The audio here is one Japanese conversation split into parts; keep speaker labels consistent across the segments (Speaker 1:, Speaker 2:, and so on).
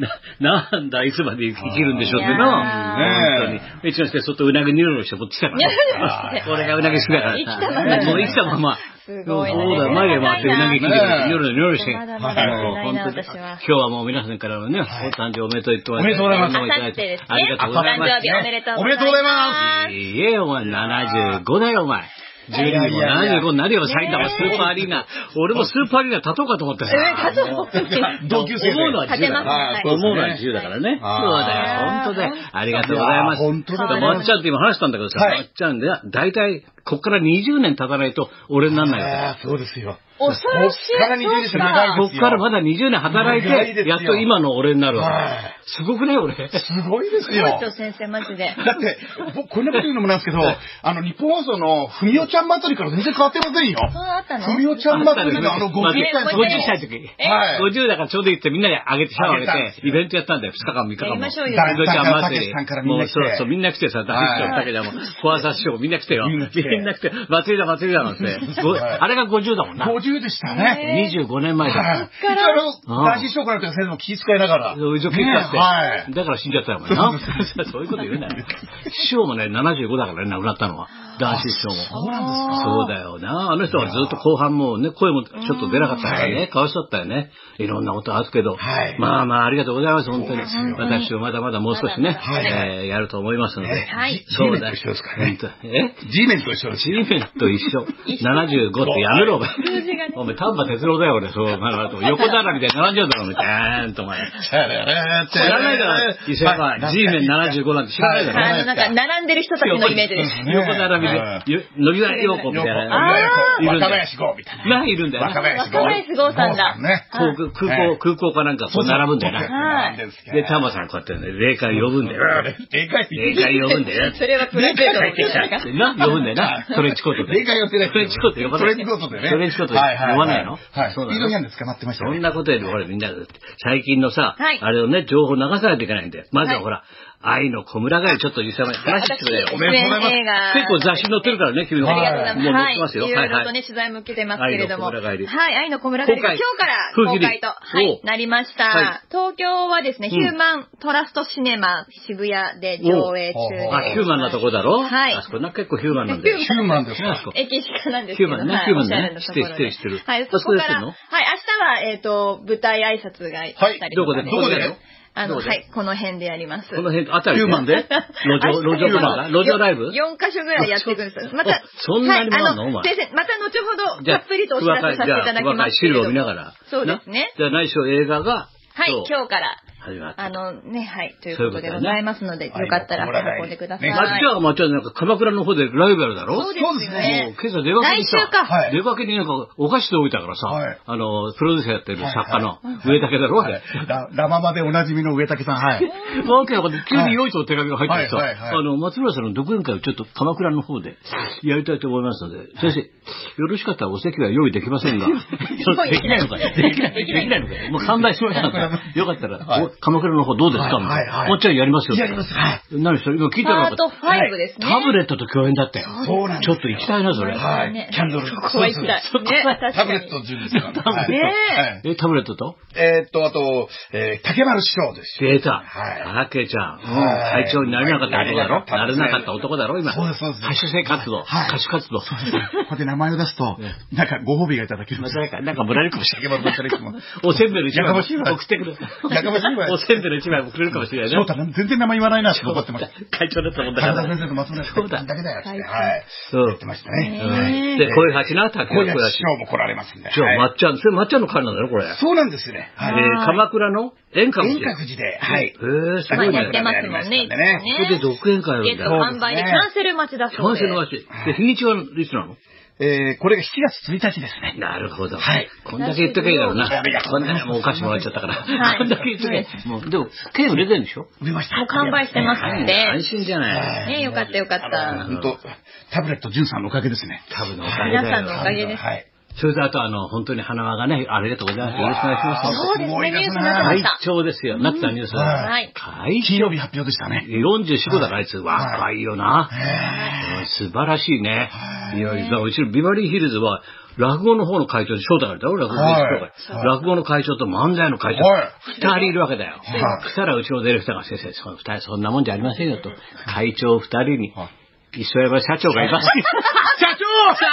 Speaker 1: な、なんだ、いつまで生きるんでしょうって
Speaker 2: あ
Speaker 1: な。
Speaker 2: ー
Speaker 1: 本
Speaker 2: ね
Speaker 1: 当に。うちの人はそっとうなぎニョロニョロして持ってきたか
Speaker 2: ニョロニョロ
Speaker 1: ら
Speaker 2: して。
Speaker 1: 俺がうなぎ好きだから
Speaker 2: 生き
Speaker 1: さ
Speaker 2: たまま
Speaker 1: もう生きたまま。
Speaker 2: すごいね
Speaker 1: そうだ、前へ回ってうなぎ切って
Speaker 2: ね
Speaker 1: ニョロニョロして。
Speaker 2: まだまだ
Speaker 1: もう
Speaker 2: 足
Speaker 1: 本
Speaker 2: りないな
Speaker 1: 当に
Speaker 2: 私
Speaker 1: 今
Speaker 2: は
Speaker 1: 日はもう皆さんからのね、お誕生おめでとう言ってお
Speaker 3: おめでとうございます
Speaker 2: あさってですね。
Speaker 1: ありがとうございます
Speaker 2: お誕。生日おめでとうございま
Speaker 1: いいえ、お前75
Speaker 3: おめでとうございま
Speaker 2: す。
Speaker 1: だよ、お前。12
Speaker 3: やい
Speaker 1: も
Speaker 3: やいや
Speaker 1: 75になるよ、
Speaker 2: ねえ
Speaker 1: 埼玉スーパーアリーナ。俺もスーパーアリーナ立とうかと思ったよ。
Speaker 2: えー 立とう
Speaker 3: 同級生で
Speaker 1: 思うのは自由だから。
Speaker 2: 立てますはい
Speaker 1: 思うのは自由だからね。
Speaker 3: はい
Speaker 1: そうだよ、本当だよ
Speaker 2: いや。
Speaker 1: ありがとうございます。
Speaker 3: いや本当だ
Speaker 2: ね
Speaker 1: まっちゃんって今話したんだけどさ、
Speaker 3: はい
Speaker 1: まっちゃんが大体、こっから20年経たないと俺にならないわけ。
Speaker 3: ああ、そうですよ。
Speaker 2: 恐ろしい。
Speaker 3: こっから20ですよ長い
Speaker 1: こっからまだ20年働い
Speaker 3: 長いで
Speaker 1: て、
Speaker 3: す
Speaker 1: や
Speaker 3: よ
Speaker 1: っと今の俺になるわ
Speaker 3: はい
Speaker 1: け。すごくね、 俺。
Speaker 3: すごいです
Speaker 2: ちょ
Speaker 3: よ
Speaker 2: っ。と先生、マジで。
Speaker 3: だって、僕、こんなこと言うのもなんですけど、あの、日本放送のふみおちゃん祭りから全然変わってませんよ。
Speaker 2: そうだったの
Speaker 3: ふみおちゃん祭りのあの50歳の
Speaker 1: 50
Speaker 3: 時
Speaker 1: 歳の時。
Speaker 2: え
Speaker 3: はい。
Speaker 1: 50だからちょうど行ってみんなであげて、シャワー
Speaker 3: あげたん
Speaker 1: あ
Speaker 3: で
Speaker 1: げ
Speaker 3: す
Speaker 1: て、イ
Speaker 3: よ
Speaker 1: ベントやったんだよ、2日間、3日間
Speaker 2: やりましょうよ
Speaker 1: ダイブちゃん祭
Speaker 3: たけしさんから
Speaker 1: り。
Speaker 3: みん
Speaker 1: も
Speaker 3: な
Speaker 1: う
Speaker 3: 来
Speaker 1: そ
Speaker 3: て
Speaker 1: うそう、みんな来てさ、ダイブちゃんだけでも、小朝師匠みんな来てよ。み
Speaker 3: み
Speaker 1: ん
Speaker 3: ん
Speaker 1: な
Speaker 3: な
Speaker 1: 来
Speaker 3: 来
Speaker 1: て
Speaker 3: て、
Speaker 1: 祭りだ祭りだなん て。ご
Speaker 3: はい
Speaker 1: あれが50だもんな。
Speaker 3: 50でしたね。
Speaker 1: 25年前だ。
Speaker 3: はい。一応あの、男子師匠からとか先生も気遣いながら。
Speaker 1: そういう状況結果して、
Speaker 3: ねはい。
Speaker 1: だから死んじゃったよ、お前 な。そういうこと言うなよ。師匠もね、75だからね、亡くなったのは。男子師匠も。
Speaker 3: そうなんですか。
Speaker 1: そうだよな。あの人はずっと後半もうね、声もちょっと出なかったから
Speaker 3: は
Speaker 1: ね、かわしちゃったよね。いろんなことあるけど、
Speaker 3: はい
Speaker 1: まあまあありがとうございます、本当に。
Speaker 2: すよ
Speaker 1: 私はまだまだもう少しね、
Speaker 2: ま
Speaker 3: だまだ
Speaker 1: えーやると思いますので。
Speaker 2: はい
Speaker 1: そうだ
Speaker 3: G メンと一緒ですからね
Speaker 1: 本当え
Speaker 3: G メンと一緒です
Speaker 1: ?G メンと一緒。75ってやめろ、お前。お前、丹波哲郎だよ、俺。そう、まだまだ横並びで70だろ、お前。ちゃーんと、お前。
Speaker 3: 知ら
Speaker 1: 知らないだろ、石山。G メン75なんて知らないだろ。
Speaker 2: あの、なんか、並んでる人たちのイメージです。
Speaker 3: ね
Speaker 1: 横並びで、ゆ乃木坂陽子みたいな。
Speaker 3: あ
Speaker 1: いるんだよ
Speaker 3: 若林豪みたいな。
Speaker 1: がいるんだよな。
Speaker 3: 若林
Speaker 2: 若林豪さんだ
Speaker 3: ね。
Speaker 1: 航空空
Speaker 3: は
Speaker 1: 港、
Speaker 3: い
Speaker 1: 空港かなんかこう並ぶんだよな。
Speaker 2: はい
Speaker 1: で、タマさんこうやってね、霊界呼ぶんだよ。
Speaker 3: でかい。
Speaker 1: 霊界呼ぶんだよ。
Speaker 2: それはプライベートの
Speaker 1: 帰ってきたってな、呼ぶんだよな。トレンチコートで。
Speaker 3: 霊界呼んでない
Speaker 1: トレンチコート呼ばない。
Speaker 3: トレンチコートでね
Speaker 1: トレンチコートで呼
Speaker 3: はいはいはい
Speaker 1: ばないの
Speaker 3: はい
Speaker 1: そうだ
Speaker 3: スピード違
Speaker 1: ね
Speaker 3: 反で捕まってました
Speaker 1: そ
Speaker 3: ね
Speaker 1: んなことより、ほら、みんな、最近のさ
Speaker 2: はい、
Speaker 1: あれをね、情報流さないといけないんだよ。まずは
Speaker 2: はい
Speaker 1: ほら、愛の小村がちょっと実際に話してくれよ。
Speaker 2: 私
Speaker 1: おめでとうございます
Speaker 2: 出演映画
Speaker 1: 結構雑誌に載ってるからね、君の方
Speaker 2: あ
Speaker 1: も
Speaker 2: りがとうございます。
Speaker 1: う載ってますよ。
Speaker 2: はい。いろいろとね、取材も受けてますけれど
Speaker 1: 愛の
Speaker 2: も。
Speaker 1: 小村帰り
Speaker 2: はい。愛の小村帰り
Speaker 1: 公
Speaker 2: が
Speaker 1: 開
Speaker 2: 今日から公開と、は
Speaker 1: 封切り、
Speaker 2: いなりました、
Speaker 1: はい
Speaker 2: 東京はですね、
Speaker 1: ん
Speaker 2: ヒューマントラストシネマ渋谷で上映中です
Speaker 3: おう
Speaker 1: あ、ヒューマンなとこだろ
Speaker 2: はい
Speaker 1: あそこな、結構ヒューマンなんだよ。
Speaker 3: ヒューマンですか。
Speaker 2: 駅下なんですけ
Speaker 1: ヒ
Speaker 2: ど。
Speaker 1: ューマンね
Speaker 2: はい
Speaker 1: ヒューマンね
Speaker 2: おしゃれなところ
Speaker 1: 知ってる知ってる知ってる
Speaker 2: はい、そ
Speaker 1: あそこ
Speaker 2: こか
Speaker 1: でやって
Speaker 2: ら、
Speaker 1: んの
Speaker 2: はい、明日は、えっ、と、舞台挨拶があったりとか、
Speaker 3: は
Speaker 1: どこで
Speaker 3: い
Speaker 2: ね
Speaker 1: どこでやるの
Speaker 2: あ
Speaker 1: ど
Speaker 2: の、
Speaker 1: こで
Speaker 2: はい、この辺でやります。
Speaker 1: こ の辺、あたり
Speaker 3: ヒューマンで
Speaker 1: 路上、路上かな路上ライブ
Speaker 2: ?4 カ所ぐらいやっていくんですよ。ま
Speaker 1: あ
Speaker 2: た、
Speaker 1: そんなにもあんの
Speaker 2: はい
Speaker 1: お前
Speaker 2: の先生、また後ほど、たっぷりとお知らせさせていただき
Speaker 1: 詳か
Speaker 2: ま
Speaker 1: い
Speaker 2: すけ
Speaker 1: 資
Speaker 2: れど
Speaker 1: 料
Speaker 2: も。
Speaker 1: を見ながら。
Speaker 2: そうですね
Speaker 1: な。じゃあ、内緒映画が、
Speaker 2: はい、
Speaker 1: 今日
Speaker 2: 今日から、
Speaker 1: 始まった。
Speaker 2: あのね、はい、という
Speaker 1: そういう
Speaker 2: こ
Speaker 1: ことだね
Speaker 2: とでございますので、よかったら運んでください。
Speaker 3: ね
Speaker 1: まっちゃんはまっちゃんなんか、鎌倉の方でライバルだろ
Speaker 2: そうで
Speaker 3: そう
Speaker 2: す
Speaker 3: です
Speaker 2: よ
Speaker 1: もう
Speaker 3: ね
Speaker 2: ね。
Speaker 1: 今朝出かけにさ、
Speaker 2: 来週か
Speaker 3: はい
Speaker 1: 出かけになんかお菓子で置いたからさ、
Speaker 3: はい
Speaker 1: あの、プロデューサーやってる作家の上竹だろ、あれ
Speaker 3: ララママでおなじみの上竹さん。はい。
Speaker 1: わけわか んない。急に用意とお手紙が入ってきてさ、
Speaker 3: はいはいはい
Speaker 1: あの、松村さんの独演会をちょっと鎌倉の方でやりたいと思いますので、先生、よろしかったらお席は用意できま せんが、できないのかいできないできないのかいもう完売しましたから、 よかったら、
Speaker 3: はい
Speaker 1: お鎌倉の方どうですか、
Speaker 3: はいはいはい
Speaker 1: もうちょいやりますよ。
Speaker 3: やりますはい
Speaker 1: 何それ今聞いたら
Speaker 2: パート5ですね。
Speaker 1: タブレットと共演だったよ。
Speaker 3: そうなんです
Speaker 1: ちょっと行きたいな、それ。
Speaker 3: は
Speaker 2: ね
Speaker 3: い。キャンドル。
Speaker 2: そこは行きたい。
Speaker 1: そうそう
Speaker 2: ね、確
Speaker 3: タブ
Speaker 2: か
Speaker 3: レ
Speaker 2: に
Speaker 3: ッ。ト準備するからはい
Speaker 1: タブレット
Speaker 3: は
Speaker 2: ねえ
Speaker 3: い
Speaker 1: え、タブレットと
Speaker 3: えーっと、あと、えー竹丸師匠ですよ。
Speaker 1: 出た。
Speaker 3: は
Speaker 1: あけちゃん。
Speaker 3: はい
Speaker 1: 会長になれなかった男だろな
Speaker 3: な
Speaker 1: れ
Speaker 3: れ
Speaker 1: な
Speaker 3: な
Speaker 1: か
Speaker 3: か
Speaker 1: っ
Speaker 3: ったた
Speaker 1: 男だろ今。
Speaker 3: そうですそうです
Speaker 1: 歌手生活動。
Speaker 3: はい
Speaker 1: 歌手活動。
Speaker 3: こうやって名前を出すと
Speaker 1: ね、
Speaker 3: なんかご褒美がいただけるん
Speaker 1: ま
Speaker 3: です
Speaker 1: たなんか、なんかもらえるかもしれ
Speaker 3: 竹丸の人も。
Speaker 1: ない。おせんべいの一枚
Speaker 3: やか
Speaker 1: も
Speaker 3: ましいわ
Speaker 1: 送ってくる。
Speaker 3: やかましいわ
Speaker 1: おせんべいの一枚もくれるかもしれない
Speaker 3: 翔
Speaker 1: ね。
Speaker 3: 太、全然名前言わないなって残ってました。
Speaker 1: 会長だったもんだか
Speaker 3: 原田
Speaker 1: ら
Speaker 3: 先。生と松村
Speaker 1: そうだ
Speaker 3: だだけだよって。
Speaker 2: 最高
Speaker 3: はい。
Speaker 1: そう
Speaker 3: 言ってました
Speaker 1: う
Speaker 3: ね。
Speaker 1: んで、こういう鉢な、竹
Speaker 3: 今
Speaker 1: 内
Speaker 3: 夜
Speaker 1: だ
Speaker 3: 師
Speaker 1: し。
Speaker 3: 匠も来られますんで。
Speaker 1: じゃあ、
Speaker 3: はい
Speaker 1: まっちゃん、それまっちゃんの会なんだろ、これ。
Speaker 3: そうなんですね。
Speaker 1: え
Speaker 3: はい
Speaker 1: ー鎌倉の演歌も。
Speaker 3: 遠隔寺で、はい。
Speaker 1: へーす
Speaker 2: ま
Speaker 1: ご
Speaker 2: あ、
Speaker 1: い
Speaker 2: やっ
Speaker 1: ね
Speaker 2: て。ますもんね。
Speaker 1: ここで独演会をや
Speaker 2: ゲ
Speaker 1: るんだ
Speaker 2: ット
Speaker 1: よ。
Speaker 2: 販売でキャンセル待ちだ
Speaker 1: キャ
Speaker 2: そう
Speaker 1: ン
Speaker 2: で。
Speaker 1: セルの話。で、日にちはいつなの
Speaker 3: えー、これが7月1日ですね。
Speaker 1: なるほど。
Speaker 3: はい
Speaker 1: こんだけ言っとけばいいだろうな。
Speaker 3: ありがとう
Speaker 1: こ
Speaker 3: ご
Speaker 1: ん
Speaker 3: ざい
Speaker 1: な
Speaker 3: ます
Speaker 1: もうお菓子もらっちゃったから。
Speaker 2: はい
Speaker 1: こんだけ言っとけば。もう、でも、券売れてるんでしょ
Speaker 3: 売りました。
Speaker 2: もう完売してますんで。
Speaker 1: 安心じゃない。
Speaker 2: ね、よかったよかった。
Speaker 3: 本当タブレットんさんのおかげですね。
Speaker 1: 多分のおかげだよ。
Speaker 2: 皆さんのおかげです
Speaker 3: はい。
Speaker 1: それとあと、あの、本当に花輪がね、ありがとうございます。よろしくお願いします。
Speaker 2: そうですね、ニュースになっ
Speaker 3: は
Speaker 2: て
Speaker 1: 会
Speaker 2: ました。
Speaker 1: 長ですよ、なったニュース
Speaker 3: はい
Speaker 2: はい
Speaker 1: 会
Speaker 3: 金曜日発表でしたね。
Speaker 1: 44、5だから、あいつ。 若いよな。うん素晴らしいね。いや、だからうちのビバリーヒルズは、落語の方の会長で招待がいたろ落語の
Speaker 3: はい
Speaker 1: 会長落語の会長と漫才の会長
Speaker 3: はい。
Speaker 1: 二人いるわけだよ。
Speaker 3: はい
Speaker 1: そしたらうちのディレクターが先生、その二人そんなもんじゃありませんよと。会長二人に
Speaker 3: は、
Speaker 1: 磯山社長がいます。
Speaker 3: 社長社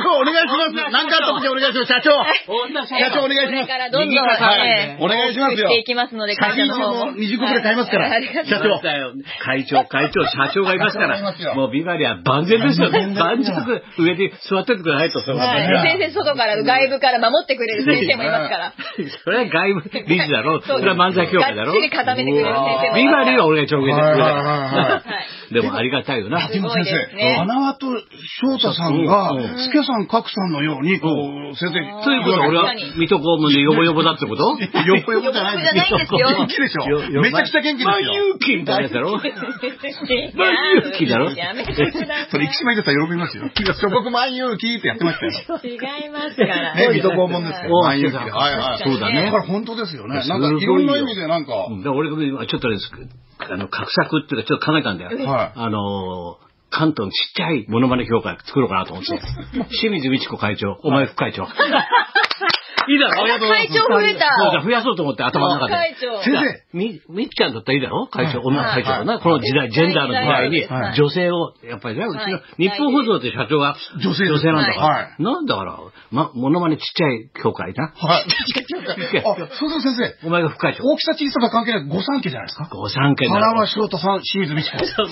Speaker 3: 長お願いしますなんかあった時お願いします社長
Speaker 1: 女社
Speaker 3: 社長お願い
Speaker 2: こ
Speaker 3: し
Speaker 2: れ
Speaker 3: ます
Speaker 2: からどんどん、
Speaker 3: 右から
Speaker 2: ね
Speaker 3: はいお願いしますよ
Speaker 2: 送っていきますので、
Speaker 3: 写真
Speaker 2: の方
Speaker 3: も
Speaker 2: も
Speaker 3: 20個くらい買いますから
Speaker 2: はありがとう
Speaker 3: 社長
Speaker 1: 会長、会長、社長がいますか
Speaker 3: 社長がいます
Speaker 1: ら、
Speaker 3: よ
Speaker 1: もうビバリは万全ですよ。
Speaker 3: 万全だ
Speaker 1: 万全上に座っててくださいと。それは
Speaker 2: はい。先生、外から、外部から守ってくれる先生もいますから。
Speaker 1: それは外部理事だろう。それは漫才協会だろ
Speaker 2: がっちり固めてくれる先生もい
Speaker 1: ビ
Speaker 2: ますから
Speaker 1: バリーは俺が上下で
Speaker 3: はいはいはいは
Speaker 1: でもありがたいよな。
Speaker 3: でも先
Speaker 2: すごいです
Speaker 3: 生、
Speaker 2: ね
Speaker 3: 花輪と翔太さんが
Speaker 1: うん、
Speaker 3: 助さん、角さんのように、こ
Speaker 1: う
Speaker 3: う、先生
Speaker 2: あー
Speaker 1: ということは俺は、水戸黄門でヨボヨボだってこと
Speaker 3: よっぽよじゃないですよ。
Speaker 2: よっぽよじゃ
Speaker 3: 元
Speaker 2: ないんで
Speaker 3: 気でしょめちゃくちゃ元気です
Speaker 1: 万
Speaker 3: よ。
Speaker 1: 有期みたいなやつだろ
Speaker 2: 万
Speaker 1: 勇気だろ
Speaker 2: やめてください。
Speaker 3: それ、生島秀さん喜びますよ。諸国万有期ってやってましたよ。
Speaker 2: 違いますか ら。
Speaker 3: ね、水戸黄門ですよ。
Speaker 1: お
Speaker 3: 万有期で。
Speaker 1: そうだ
Speaker 3: はいはい。
Speaker 1: そうだね
Speaker 3: だから本当ですよね。なんか、いろんな意味でなんか、
Speaker 1: うんで俺が今ちょっとですあの、格策っていうかちょっと考えたんだよ。
Speaker 3: はい
Speaker 1: あのー関東のちっちゃいモノマネ協会作ろうかなと思って。 清水美智子会長、お前副会長。いいだろ
Speaker 2: ありがとうございます会長増えた
Speaker 1: そうだ増やそうと思って頭の中で。
Speaker 2: 会長。
Speaker 3: 先生、
Speaker 1: み、みっちゃんだったらいいだろ会長、
Speaker 3: はい
Speaker 1: 女の会長だな。
Speaker 3: はい
Speaker 1: この時代、ジェンダーの時代に
Speaker 3: はいはい、
Speaker 1: 女性を、やっぱりね、うちの
Speaker 2: はい
Speaker 1: 日本放送って社長が
Speaker 3: 女性です
Speaker 1: 女性なんだから。
Speaker 3: はい
Speaker 1: なんだから、ま、モノマネちっちゃい協会な。
Speaker 3: はい。 あ、そうそう先生。
Speaker 1: お前が副会長。
Speaker 3: 大きさ小ささ関係ない御三家じゃないですか。
Speaker 1: ご三家だ
Speaker 3: 花
Speaker 1: ろ
Speaker 3: 輪翔太さん、清水美智子。
Speaker 1: そう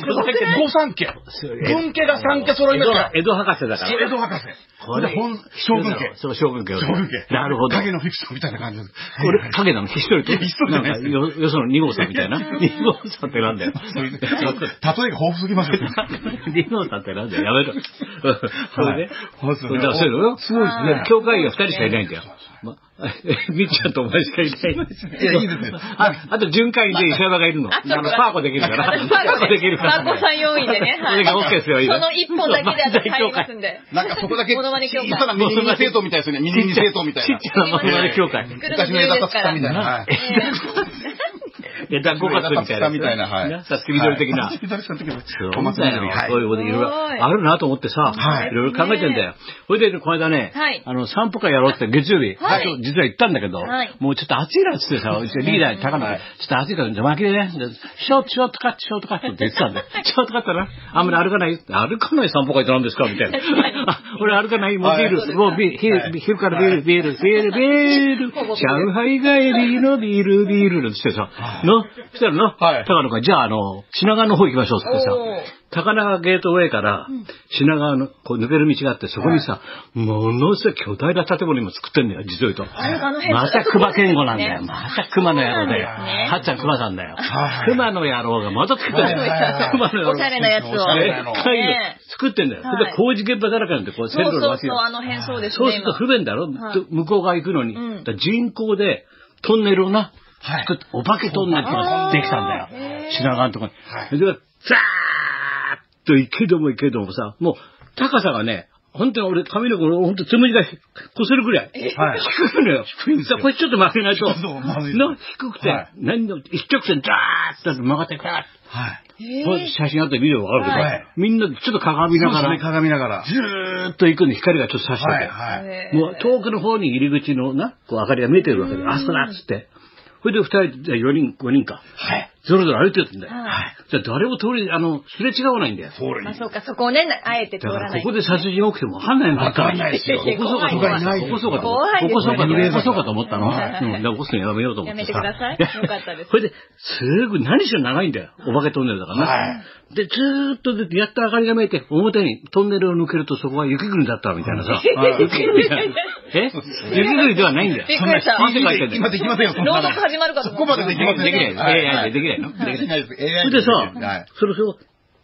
Speaker 1: 御三家
Speaker 3: 御三家。文家が三家揃いましたよ。
Speaker 1: 江戸江戸博士だから。
Speaker 3: 江戸博士。
Speaker 1: こ
Speaker 3: で
Speaker 1: れ、
Speaker 3: 本将軍家。
Speaker 1: そう、将軍家。
Speaker 3: 将軍家。
Speaker 1: なるほど。
Speaker 3: 影のフィクションみたいな感じです。
Speaker 1: これ、影なの、ひっそりと。
Speaker 3: いやひっそりじゃない
Speaker 1: んか、よ、よその二号さんみ たいな。二号さんってなんだよ。
Speaker 3: そういう例えが豊富すぎますよね。
Speaker 1: リノーさんってなんだよ、やめろ。それで、
Speaker 3: そうですよね
Speaker 1: だからそういうのよ
Speaker 3: すごいですね
Speaker 1: 教会が二人しかいないんだよ。ま、 みっちゃんとお前しかいない。
Speaker 3: いやいいですね
Speaker 1: あ、あと巡回で石山がいるの。あ
Speaker 2: あそうか
Speaker 1: の、パーコできるから。
Speaker 2: 私パーコで
Speaker 1: できるから。
Speaker 2: パーコさん用意でねはい
Speaker 1: それが OK ですよ、いいね
Speaker 2: その一本だけで私入りますんで。
Speaker 3: なんかそこだけ、
Speaker 2: モノマネ協会
Speaker 3: 小さなミニミニ政党みたいですよね。ミニミニ政党みたいな。
Speaker 1: ちっちゃなモノマネ協会。
Speaker 2: 作るの
Speaker 3: 昔
Speaker 2: 自
Speaker 3: の
Speaker 2: 由
Speaker 3: 枝
Speaker 2: で
Speaker 3: 田
Speaker 2: すか
Speaker 3: さ
Speaker 2: ら
Speaker 3: んみたいな。はい
Speaker 1: え、だ、五月 みたいな。
Speaker 3: みたいな、はい。
Speaker 1: さつき緑的な
Speaker 3: さつ。き緑さん的な。
Speaker 1: そう
Speaker 3: お祭
Speaker 1: だ
Speaker 3: り
Speaker 1: よ
Speaker 3: 緑。。
Speaker 1: そういう
Speaker 3: はい。
Speaker 1: こといろい
Speaker 2: すごい
Speaker 1: ろあるなと思ってさ、
Speaker 3: はい
Speaker 1: いろいろ考えてんだよ。それで、この間ね
Speaker 2: はい、
Speaker 1: あの、散歩会やろうって月曜日、
Speaker 2: はい
Speaker 1: ちょっと実は行ったんだけど
Speaker 2: はい、
Speaker 1: もうちょっと暑いなってってさ、うちのリーダーに高野が、ちょっと暑いから邪魔気でね、でショートショートカット、ショートカット って言ってたんだよ。ショートカットな、あんまり歩かない、歩かない散歩会って何ですかみたいな。 あ俺歩かない、もうビー
Speaker 3: はい
Speaker 1: ル、もうビー
Speaker 3: はい
Speaker 1: ル、昼からビール、ビール、ビール、ビール、上海帰りのビール、ビールって言ってさ、の、そしたらの、
Speaker 3: はい
Speaker 1: 高野が、じゃああの、品川の方行きましょうってさ
Speaker 2: おー、
Speaker 1: 高輪ゲートウェイから品川のこう抜ける道があって、そこにさ、ものすごい巨大な建物今作ってんだよ、実を言うと。
Speaker 2: れあの辺
Speaker 1: また熊健吾なんだよ。
Speaker 2: そうですね
Speaker 1: また熊の野郎だよ。
Speaker 2: そうなんですね
Speaker 1: はっちゃん熊さんだよ
Speaker 3: は。い
Speaker 1: 熊の野郎がまた作ってんだ
Speaker 3: はいはいはい
Speaker 1: よ。熊の野郎。
Speaker 2: おしゃれなやつを
Speaker 3: おしゃれなの
Speaker 1: でっかいの
Speaker 2: ね
Speaker 1: 作ってんだよ。
Speaker 2: はい
Speaker 1: それで工事現場だらけなんで、こう
Speaker 2: そ
Speaker 1: 線
Speaker 2: う
Speaker 1: 路の
Speaker 2: そう
Speaker 1: 脇
Speaker 2: そう、
Speaker 1: が。
Speaker 2: あの辺そうです
Speaker 1: そうす
Speaker 2: ね。
Speaker 1: ると
Speaker 2: 今
Speaker 1: 不便だろ
Speaker 2: はい
Speaker 1: 向こう側行くのに。
Speaker 2: うん
Speaker 1: だから人工でトンネルをな、
Speaker 3: はい
Speaker 1: 作って、お化けトンネルとかできたんだよ
Speaker 2: へ。ー
Speaker 1: 品川のとこに。
Speaker 3: はい
Speaker 1: で、ザーッと行けども行けどもさ、もう高さがね、本当に俺、髪の毛、俺、本当、つむじがこせるくらい。
Speaker 3: はい
Speaker 1: 低いのよ。低いんですよ。これちょっと曲げないと。
Speaker 3: そうそうまずい
Speaker 1: な低くて、
Speaker 3: はい
Speaker 1: 何の、一直線、ザーッと曲がって、ザーッ
Speaker 3: はい。
Speaker 2: へー
Speaker 1: こう写真あってビデオがあるけど、
Speaker 3: はい
Speaker 1: みんなちょっと鏡見なが
Speaker 3: そう
Speaker 1: ら、
Speaker 3: ですね鏡見ながら。
Speaker 1: ずーっと行くのに光がちょっと差してて。
Speaker 3: はい、はい。
Speaker 2: へー
Speaker 1: もう遠くの方に入り口のな、こう明かりが見えてるわけで、あそこだっつって。それで二人、じゃあ四人、五人か。
Speaker 3: はい。
Speaker 1: ぞろぞろ歩いてるんだよ。
Speaker 2: はい
Speaker 1: じゃあ誰も通り、あの、すれ違わないんだよ。
Speaker 3: そう
Speaker 2: まあそうか、そこをね、あえて通
Speaker 1: だからら
Speaker 2: な
Speaker 1: こ
Speaker 2: い。
Speaker 1: こで殺人起きてもわかんないの
Speaker 3: わかんないですよ
Speaker 1: 起こそうかと思
Speaker 2: 怖
Speaker 1: った。
Speaker 3: 怖い
Speaker 2: い
Speaker 1: 起こそうかと思っ
Speaker 2: 怖
Speaker 1: た。起
Speaker 2: い
Speaker 1: こそうかと思った。
Speaker 3: で
Speaker 1: 起
Speaker 3: す
Speaker 1: こそうかと思ったの。
Speaker 2: はいはいはい
Speaker 1: うん。だから起こすのやめようと思ってさ。
Speaker 2: やめてくださいよかったです
Speaker 1: それで、すぐ何しろ長いんだよ。お化けトンネルだから
Speaker 3: は
Speaker 1: ね。で、ずーっとでやった明かりが見えて、表にトンネルを抜けるとそこは雪国だったみたいな さ。
Speaker 3: はい
Speaker 1: 雪国だよ え雪国ではないんだよ。
Speaker 2: びっくりした
Speaker 1: そんな汗かいてんだ
Speaker 3: 今
Speaker 1: よ。
Speaker 3: できませんよ、そん
Speaker 2: 朗
Speaker 3: なの
Speaker 2: 読始まるかと
Speaker 3: そ
Speaker 2: 思
Speaker 3: こまでできません
Speaker 1: できない
Speaker 3: はは
Speaker 1: AI でできないの
Speaker 3: できないです。
Speaker 1: そ
Speaker 3: AI
Speaker 1: れで
Speaker 3: は
Speaker 1: さ
Speaker 3: い、。
Speaker 1: それそれを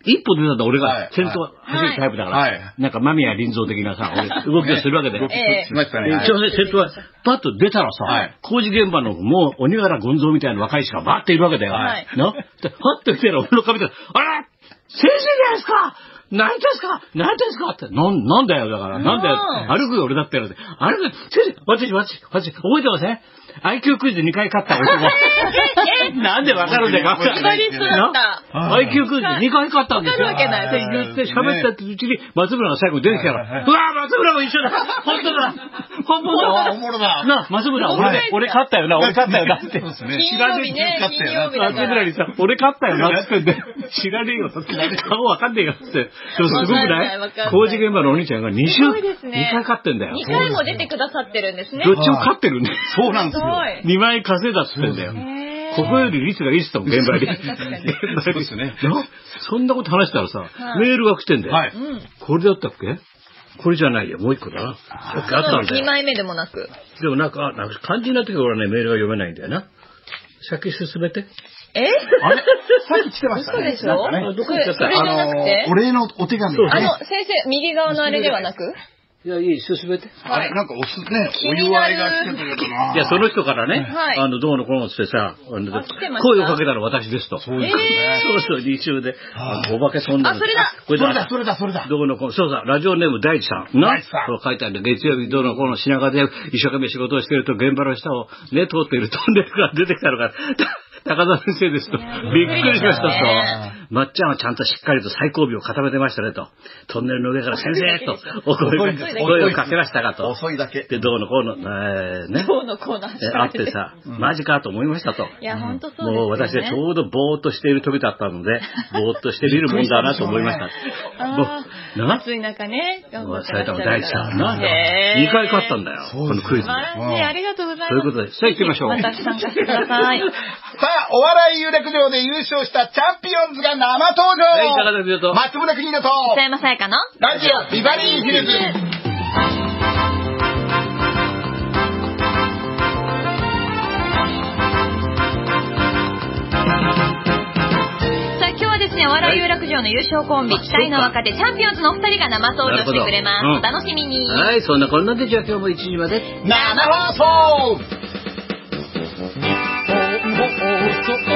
Speaker 1: 一歩出たんだ俺
Speaker 3: はい
Speaker 1: が先頭走るタイプだか
Speaker 3: はい
Speaker 1: ら、なんか間宮林蔵的な さ、俺動きをするわけだよ。
Speaker 2: ええ
Speaker 3: しましたね。
Speaker 1: で
Speaker 3: は
Speaker 1: 一応
Speaker 3: い
Speaker 1: ね、先頭はパッと出たらさ、
Speaker 3: はい
Speaker 1: 工事現場のもう鬼柄ゴンゾみたいな若い人がバーっているわけだよ。
Speaker 2: はい
Speaker 1: なで、パッと来たら俺の髪が、あれ先生じゃないですか何ですか何ですかって、なん、なんだよ、だから、なんだよ、歩くよ、俺だって、歩く、先生、私、私、私、覚えてません ?IQ クイズ2回勝った男。
Speaker 2: ええええ
Speaker 1: なんでわかるんだよ、
Speaker 2: メダリストだった。
Speaker 1: IQ クイズ2回勝ったんですよ。
Speaker 2: わかるわけない
Speaker 1: って言って喋ったってうちに松村が最後出てきたから、うわ松村も一緒だ本当だ本当
Speaker 3: あお
Speaker 1: だ
Speaker 3: もろだ。
Speaker 1: なあ、松村、俺、俺勝ったよな、俺勝ったよなって。
Speaker 3: そうですね
Speaker 2: 金曜日ね、
Speaker 3: 知らずに
Speaker 2: 金曜日だ
Speaker 1: 松
Speaker 2: から
Speaker 1: 村。にさ、俺勝った よなって言ってんで、知らねえよ、顔わかんねえよって。でもすごくない
Speaker 2: わかんないわかんない
Speaker 1: 工事現場のお兄ちゃんが2週、
Speaker 2: すごいですね
Speaker 1: 2回勝ってんだよ。
Speaker 2: 2回も出てくださってるんですね。
Speaker 1: どっちも勝ってるね。
Speaker 3: そうなんですすよ。
Speaker 2: ごい。
Speaker 1: 2枚稼いだっつってんだよ。
Speaker 2: へー
Speaker 1: ここより率がいいっすと、 現場に。
Speaker 2: 確かに
Speaker 3: そうですね
Speaker 1: なそんなこと話したらさ、
Speaker 2: い
Speaker 1: メールが来てんだよ。
Speaker 3: はい。
Speaker 2: うん。
Speaker 1: これだったっけこれじゃないよ、もう一個だな。さっきあったんだ
Speaker 2: 2
Speaker 1: よ。
Speaker 2: 枚目でもなく。
Speaker 1: でもなんか、あなんか肝心な時は俺はね、メールが読めないんだよな。先進めて。
Speaker 2: え
Speaker 3: あれさっき来てました
Speaker 2: 嘘
Speaker 3: ね。
Speaker 2: でしょ
Speaker 3: なんか
Speaker 1: あ
Speaker 3: ね。
Speaker 1: どっか行っちゃった
Speaker 2: それそれじゃなくて
Speaker 3: あの、お礼のお手紙
Speaker 1: そう
Speaker 2: あの
Speaker 3: ね。、
Speaker 2: 先生、右側のあれではな く
Speaker 1: いや、いい、進めて。
Speaker 3: あれ、なんかおすね、お祝いが来てくれたな。
Speaker 1: いや、その人からね、
Speaker 2: はい
Speaker 1: あの、どうのこうのってさ、あの
Speaker 2: あ来てました
Speaker 1: 声をかけたら私ですと。そう
Speaker 2: ですね
Speaker 1: そうそう、二週で。あのお化けそんなの
Speaker 2: あそれだ
Speaker 1: これ
Speaker 3: それだそれだそれだ
Speaker 1: どうのこうの、そうだ、ラジオネーム大地さん。な
Speaker 3: 大地さん
Speaker 1: そう書いてあるんだ。月曜日どうのこうの品川で一生懸命仕事をしていると、現場の下をね、通っているトンネルから出てきたのが、 た高田先生ですと。びっくりしましたと
Speaker 2: ね。
Speaker 1: まっちゃんはちゃんとしっかりと最後尾を固めてましたねと。トンネルの上から先生と、お声が声をかけましたかと。
Speaker 3: 遅いだけ。
Speaker 1: で、どうのこうの、えーね。
Speaker 2: 今日のコーナー
Speaker 1: えあって。さ、マジかと思いましたと。
Speaker 2: いや、ほんとそうですよね。
Speaker 1: もう私はちょうどぼーっとしている時だったので、ぼーっとしてみるもんだなと思いました。も
Speaker 2: あ
Speaker 1: う
Speaker 2: ー
Speaker 1: な
Speaker 2: 暑い中ね、頑張ってら
Speaker 1: 埼
Speaker 2: っし
Speaker 1: 玉
Speaker 2: ゃる
Speaker 1: 第一さんな、
Speaker 2: へー
Speaker 1: 2回勝ったんだよ、
Speaker 3: そう
Speaker 1: こ
Speaker 3: で
Speaker 1: の
Speaker 3: すね
Speaker 1: クイズで。
Speaker 2: 素晴らしい、ありがとうございます。
Speaker 1: ということでさあ行ってみましょう
Speaker 2: また参加してください。
Speaker 3: さあ、お笑い有楽町で優勝したチャンピオンズが生登場
Speaker 1: はい、高田君と。
Speaker 3: 松村邦人と、
Speaker 2: 北山さやかの
Speaker 3: ラジオビバリーヒルズ。
Speaker 2: さあ今日はですね、お笑い有楽町の優勝コンビ、
Speaker 1: はい
Speaker 2: 期待の若手、チャンピオンズのお二人が生登場してくれます。
Speaker 1: なるほ
Speaker 2: お
Speaker 1: どうん
Speaker 2: 楽しみに。
Speaker 1: はい、そんなこんなでじゃあ今日も1時まで。
Speaker 3: 生放送
Speaker 4: 放送